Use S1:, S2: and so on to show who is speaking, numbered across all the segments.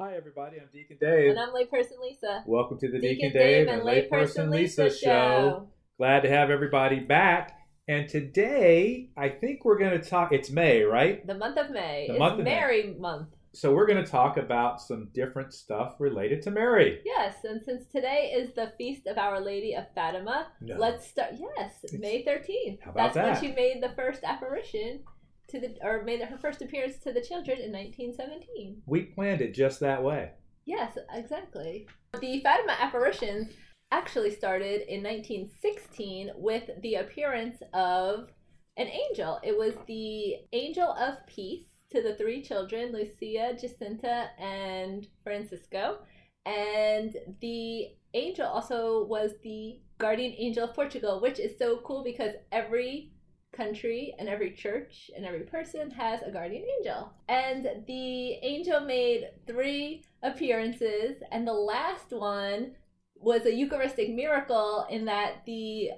S1: Hi, everybody. I'm Deacon Dave.
S2: And I'm layperson Lisa.
S1: Welcome to the Deacon, Dave, and Layperson Lisa show. Glad to have everybody back. And today, I think we're going to talk. It's May, right?
S2: The month of May.
S1: The
S2: it's
S1: month of May.
S2: Mary month.
S1: So we're going to talk about some different stuff related to Mary.
S2: Yes, and since today is the feast of Our Lady of Fatima,
S1: No.
S2: let's start. Yes, May 13th.
S1: How about
S2: That's
S1: that?
S2: when she made the first apparition to the, or made her first appearance to the children in 1917.
S1: We planned it just that way.
S2: Yes, exactly. The Fatima apparitions actually started in 1916 with the appearance of an angel. It was the angel of peace to the three children, Lucia, Jacinta, and Francisco. And the angel also was the guardian angel of Portugal, which is so cool because every country and every church and every person has a guardian angel. And the angel made three appearances, and the last one was a Eucharistic miracle in that the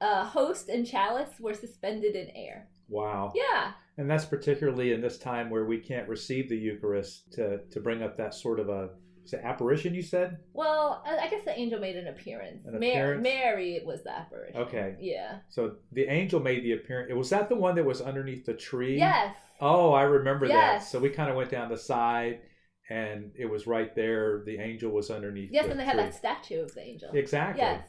S2: uh, host and chalice were suspended in air.
S1: Wow.
S2: Yeah,
S1: And that's particularly in this time where we can't receive the Eucharist to, to bring up that sort of a is it apparition, you said?
S2: well, I I guess the angel made an appearance.
S1: An
S2: Ma-
S1: appearance?
S2: Mary was the apparition.
S1: Okay.
S2: Yeah.
S1: So the angel made the appearance. Was that the one that was underneath the tree?
S2: Yes.
S1: Oh, I remember that.
S2: Yes.
S1: So we kind of went down the side, and it was right there. The angel was underneath.
S2: Yes,
S1: the
S2: and they had
S1: tree.
S2: that statue of the angel.
S1: Exactly.
S2: Yes.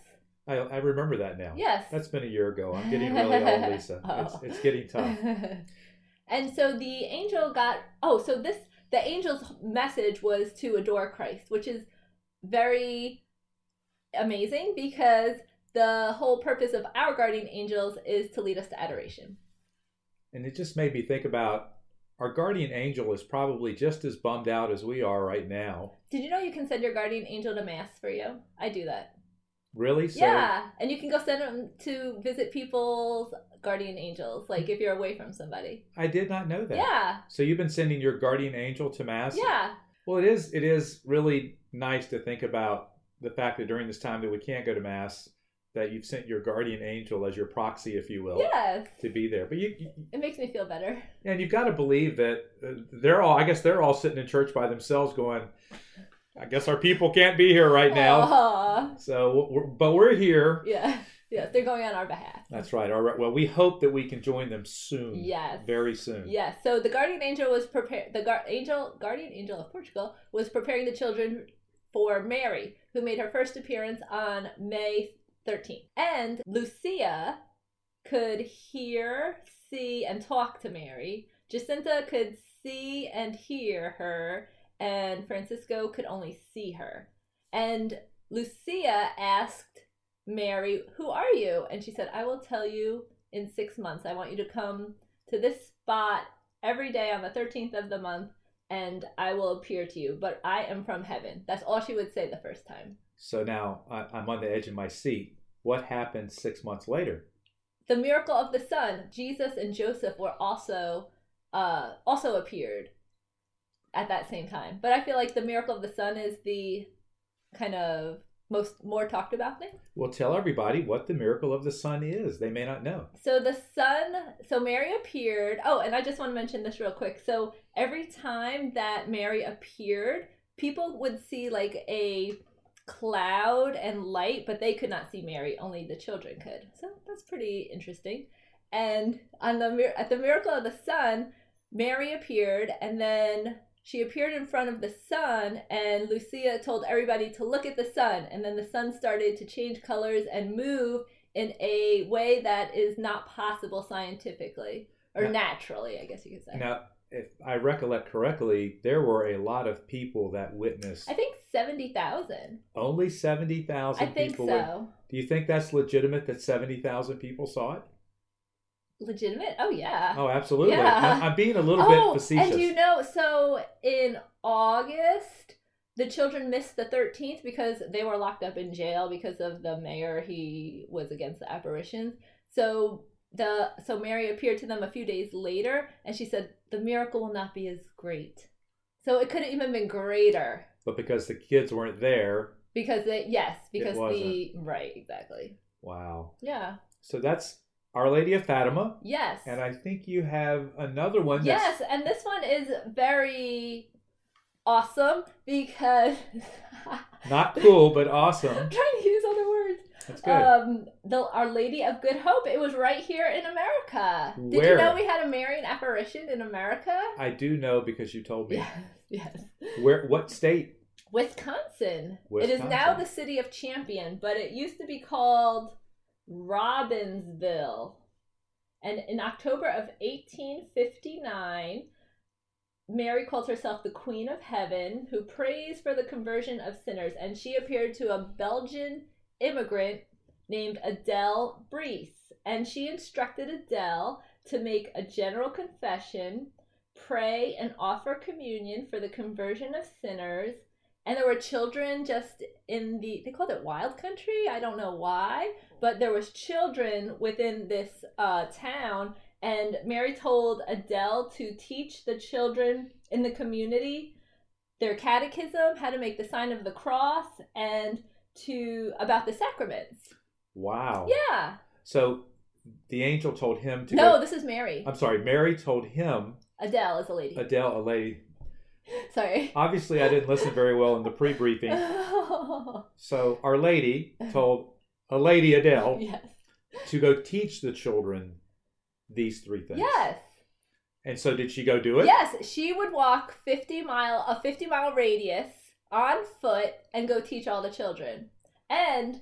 S1: I, I remember that now.
S2: Yes.
S1: That's been a year ago. I'm getting really old, Lisa.
S2: Oh.
S1: It's, it's getting tough.
S2: and so the angel got oh, so this the angel's message was to adore Christ, which is very amazing because the whole purpose of our guardian angels is to lead us to adoration.
S1: And it just made me think about our guardian angel is probably just as bummed out as we are right now.
S2: Did you know you can send your guardian angel to mass for you? I do that.
S1: Really? So
S2: yeah, and you can go send them to visit people's guardian angels, like if you're away from somebody.
S1: I did not know that.
S2: Yeah,
S1: So you've been sending your guardian angel to mass?
S2: yeah,
S1: Well, it is. It is really nice to think about the fact that during this time that we can't go to mass, that you've sent your guardian angel as your proxy, if you will,
S2: yes.
S1: to be there. But you, you-
S2: It makes me feel better.
S1: and you've got to believe that uh, they're all. I guess they're all sitting in church by themselves, going, "I guess our people can't be here right now."
S2: Aw.
S1: So, we're, but we're here.
S2: Yeah. Yes, they're going on our behalf.
S1: That's right. All right. Well, we hope that we can join them soon.
S2: Yes.
S1: Hmm. Very soon.
S2: Yes. So the guardian angel was prepared. The gar- angel, guardian angel of Portugal, was preparing the children for Mary, who made her first appearance on May 13th. And Lucia could hear, see, and talk to Mary. Jacinta could see and hear her, and Francisco could only see her. And Lucia asked Mary, Who are you? And she said, I will tell you in six months. I want you to come to this spot every day on the 13th of the month, and I will appear to you. But I am from heaven. That's all she would say the first time.
S1: So now I, I'm on the edge of my seat. What happened six months later?
S2: The miracle of the sun, Jesus and Joseph were also uh, also appeared at that same time. But I feel like the miracle of the sun is the kind of most more talked about thing.
S1: Well, tell everybody what the miracle of the sun is. They may not know.
S2: So the sun, so Mary appeared. Oh, and I just want to mention this real quick. So every time that Mary appeared, people would see like a cloud and light, but they could not see Mary. Only the children could. So that's pretty interesting. And on the mir- at the miracle of the sun, Mary appeared, and then she appeared in front of the sun, and Lucia told everybody to look at the sun, and then the sun started to change colors and move in a way that is not possible scientifically or
S1: Yeah.
S2: naturally, I guess you could say.
S1: Now, if I recollect correctly, there were a lot of people that witnessed.
S2: I think 70,000.
S1: Only
S2: I
S1: 70,000
S2: think
S1: people. wit-
S2: so.
S1: Do you think that's legitimate that 70,000 people saw it?
S2: Legitimate? Oh, yeah.
S1: Oh, absolutely.
S2: Yeah. Oh,
S1: I'm, I'm being a little bit facetious.
S2: and you know, so in August, the children missed the 13th because they were locked up in jail because of the mayor. He was against the apparitions. So the so Mary appeared to them a few days later, and she said the miracle will not be as great. So it couldn't even been greater.
S1: But because the kids weren't there,
S2: Because they yes, because the
S1: wasn't.
S2: right, exactly.
S1: wow.
S2: Yeah.
S1: So that's Our Lady of Fatima.
S2: Yes.
S1: And I think you have another one that's
S2: yes, and this one is very awesome because
S1: Not cool, but awesome.
S2: I'm trying to use other words.
S1: That's good.
S2: Um, the Our Lady of Good Hope. It was right here in America. Did
S1: Where?
S2: you know we had a Marian apparition in America?
S1: I do know because you told me.
S2: Yes, yes.
S1: Where? What state?
S2: Wisconsin. It is now
S1: Wisconsin.
S2: the city of Champion, but it used to be called Robbinsville. And in October of 1859, Mary called herself the Queen of Heaven, who prays for the conversion of sinners, and she appeared to a Belgian immigrant named Adele Brees. And she instructed Adele to make a general confession, pray, and offer communion for the conversion of sinners. And there were children just in the, they called it wild country. I don't know why, but there was children within this uh, town. And Mary told Adele to teach the children in the community their catechism, how to make the sign of the cross, and to about the sacraments.
S1: Wow.
S2: Yeah.
S1: So the angel told him to.
S2: No,
S1: Go, Uh,
S2: this is Mary.
S1: I'm sorry. Mary told him
S2: Adele is a lady.
S1: Adele, a lady.
S2: Sorry.
S1: Obviously, I didn't listen very well in the pre-briefing.
S2: yes.
S1: So Our Lady told a lady Adele to go teach the children these three things.
S2: Yes.
S1: And so did she go do it?
S2: Yes. She would walk fifty mile a fifty mile radius on foot and go teach all the children. And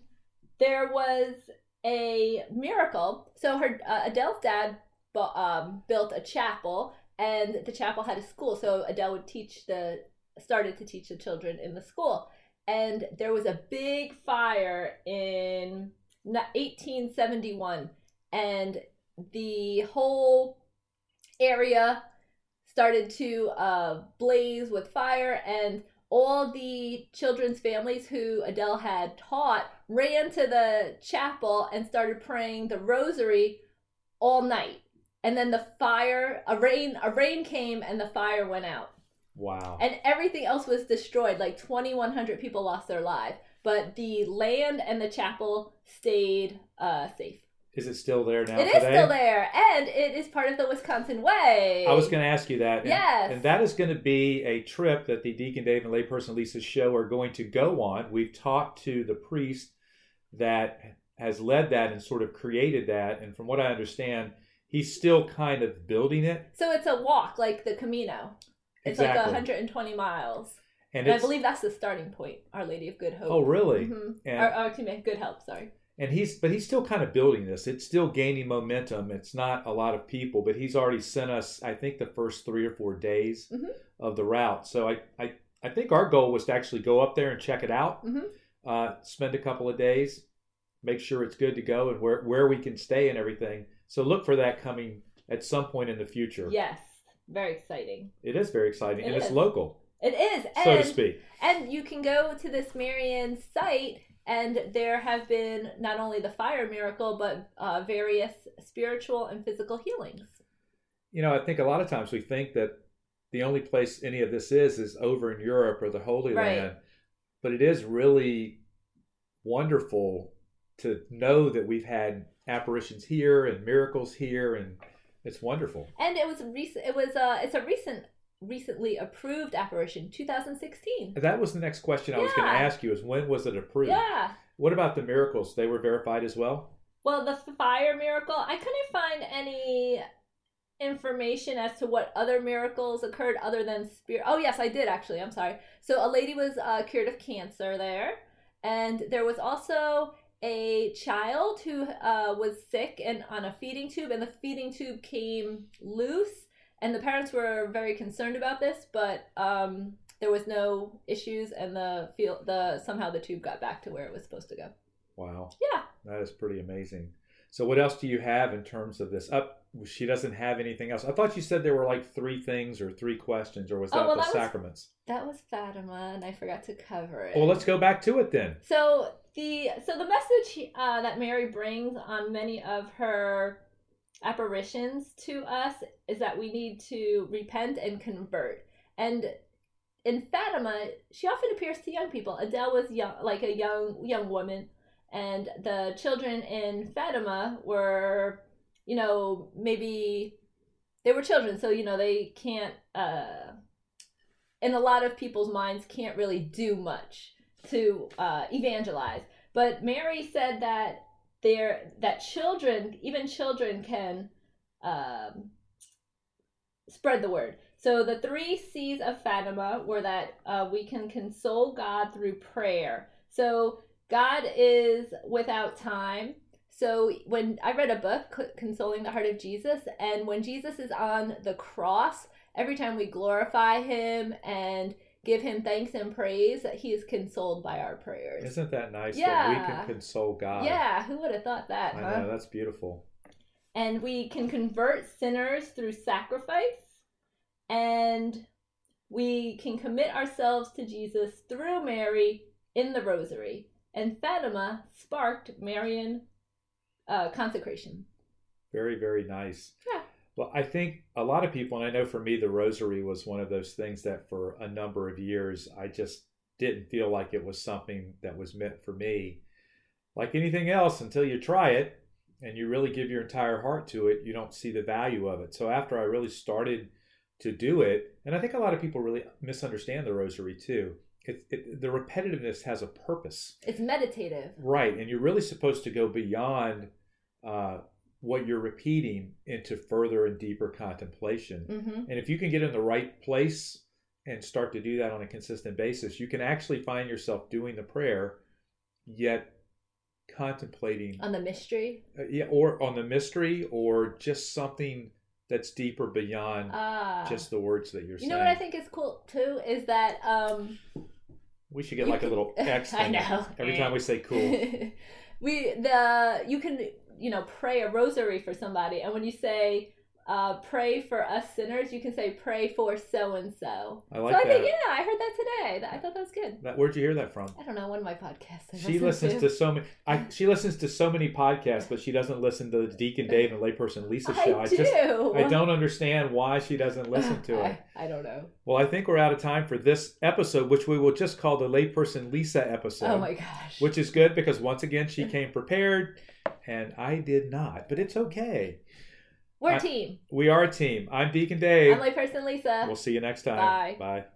S2: there was a miracle. So her uh, Adele's dad bu- um, built a chapel, and the chapel had a school. So Adele would teach the started to teach the children in the school. And there was a big fire in n- 1871, and the whole area started to uh, blaze with fire, and all the children's families who Adele had taught ran to the chapel and started praying the rosary all night. And then the fire, a rain, a rain came, and the fire went out
S1: Wow.
S2: and everything else was destroyed like 2100 people lost their lives but the land and the chapel stayed uh, safe
S1: is it still there now
S2: It is
S1: today?
S2: still there and it is part of the wisconsin way
S1: I was going to ask you that. And,
S2: Yes.
S1: And that is going to be a trip that the Deacon Dave and Layperson Lisa show are going to go on. We've talked to the priest that has led that and sort of created that. And from what I understand, he's still kind of building it.
S2: so it's a walk like the camino it's like
S1: Exactly.
S2: 120 miles
S1: And,
S2: and, i
S1: it's-
S2: believe that's the starting point our lady of good hope
S1: Oh, really?
S2: hmm
S1: And,
S2: or, or excuse me good help sorry
S1: and he's, but he's still kind of building this. It's still gaining momentum. It's not a lot of people, but he's already sent us, I think, the first three or four days
S2: Mhm.
S1: of the route. So I, I, I think our goal was to actually go up there and check it out,
S2: Mhm.
S1: uh, spend a couple of days, make sure it's good to go and where, where we can stay and everything. So look for that coming at some point in the future.
S2: yes very exciting
S1: It is very exciting
S2: It
S1: and
S2: is.
S1: it's local,
S2: it is and
S1: so to speak.
S2: And you can go to this Marian site, and there have been not only the fire miracle, but uh, various spiritual and physical healings.
S1: You know, I think a lot of times we think that the only place any of this is is over in Europe or the Holy
S2: Right.
S1: Land, but it is really wonderful to know that we've had apparitions here and miracles here, and it's wonderful.
S2: And it was recent. It was uh, it's a recent, recently approved apparition, 2016.
S1: That was the next question I was going to
S2: Yeah.
S1: ask you: is when was it approved?
S2: Yeah.
S1: What about the miracles? They were verified as well.
S2: Well, the fire miracle, I couldn't find any information as to what other miracles occurred other than spirit. Oh, yes, I did actually. I'm sorry. So, a lady was uh, cured of cancer there, and there was also a child who uh, was sick and on a feeding tube, and the feeding tube came loose, and the parents were very concerned about this, but um, there was no issues, and the feel the somehow the tube got back to where it was supposed to go.
S1: Wow.
S2: Yeah.
S1: That is pretty amazing. So, what else do you have in terms of this? Up, she doesn't have anything else. I thought you said there were like three things or three questions, or was
S2: Oh,
S1: that
S2: well,
S1: the
S2: that was-
S1: sacraments?
S2: That was Fatima, and I forgot to cover it.
S1: Well, let's go back to it then.
S2: So the so the message uh, that Mary brings on many of her apparitions to us is that we need to repent and convert. And in Fatima, she often appears to young people. Adele was young, like a young young woman, and the children in Fatima were, you know, maybe they were children, so you know they can't. Uh, in a lot of people's minds can't really do much to uh, evangelize. But Mary said that there that children, even children, can um, spread the word. So the three C's of Fatima were that uh, we can console God through prayer. So God is without time. So when I read a book, Consoling the Heart of Jesus, and when Jesus is on the cross, every time we glorify him and give him thanks and praise, he is consoled by our prayers.
S1: Isn't that nice that we
S2: Yeah.
S1: can console God?
S2: Yeah, who would have thought that,
S1: I
S2: huh?
S1: know, that's beautiful.
S2: and we can convert sinners through sacrifice and we can commit ourselves to Jesus through Mary in the rosary and Fatima sparked Marian uh, consecration
S1: Very, very nice.
S2: Yeah.
S1: Well, I think a lot of people, and I know for me, the rosary was one of those things that for a number of years, I just didn't feel like it was something that was meant for me. Like anything else, until you try it and you really give your entire heart to it, you don't see the value of it. So after I really started to do it, and I think a lot of people really misunderstand the rosary too. It, it, the repetitiveness has a purpose.
S2: it's meditative
S1: Right, and you're really supposed to go beyond uh, what you're repeating into further and deeper contemplation.
S2: hmm
S1: And if you can get in the right place and start to do that on a consistent basis, you can actually find yourself doing the prayer, yet contemplating,
S2: on the mystery
S1: uh, yeah, or on the mystery, or just something that's deeper beyond
S2: ah
S1: just the words that you're
S2: you
S1: saying.
S2: know what I think is cool too is that um
S1: we should get
S2: You
S1: like a
S2: can-
S1: little X.
S2: I
S1: thing
S2: know.
S1: Every time we say cool,
S2: we the you can you know pray a rosary for somebody, and when you say uh, pray for us sinners, you can say pray for so and so.
S1: I
S2: So
S1: like
S2: I
S1: that.
S2: think yeah, I heard that today. That- I thought that was good.
S1: that. Where'd you hear that from?
S2: I don't know one of my podcasts. I
S1: She
S2: listened
S1: listens to so many. I, she listens to so many podcasts, but she doesn't listen to the Deacon Dave and Layperson Lisa
S2: I
S1: show.
S2: do.
S1: just I don't understand why she doesn't listen to it.
S2: I, I don't know.
S1: Well, I think we're out of time for this episode, which we will just call the Layperson Lisa episode.
S2: oh my gosh.
S1: Which is good because once again she came prepared, and I did not. But it's okay.
S2: We're a
S1: I-
S2: team.
S1: We are a team. I'm Deacon Dave.
S2: I'm layperson Lisa.
S1: we'll see you next time.
S2: Bye.
S1: Bye.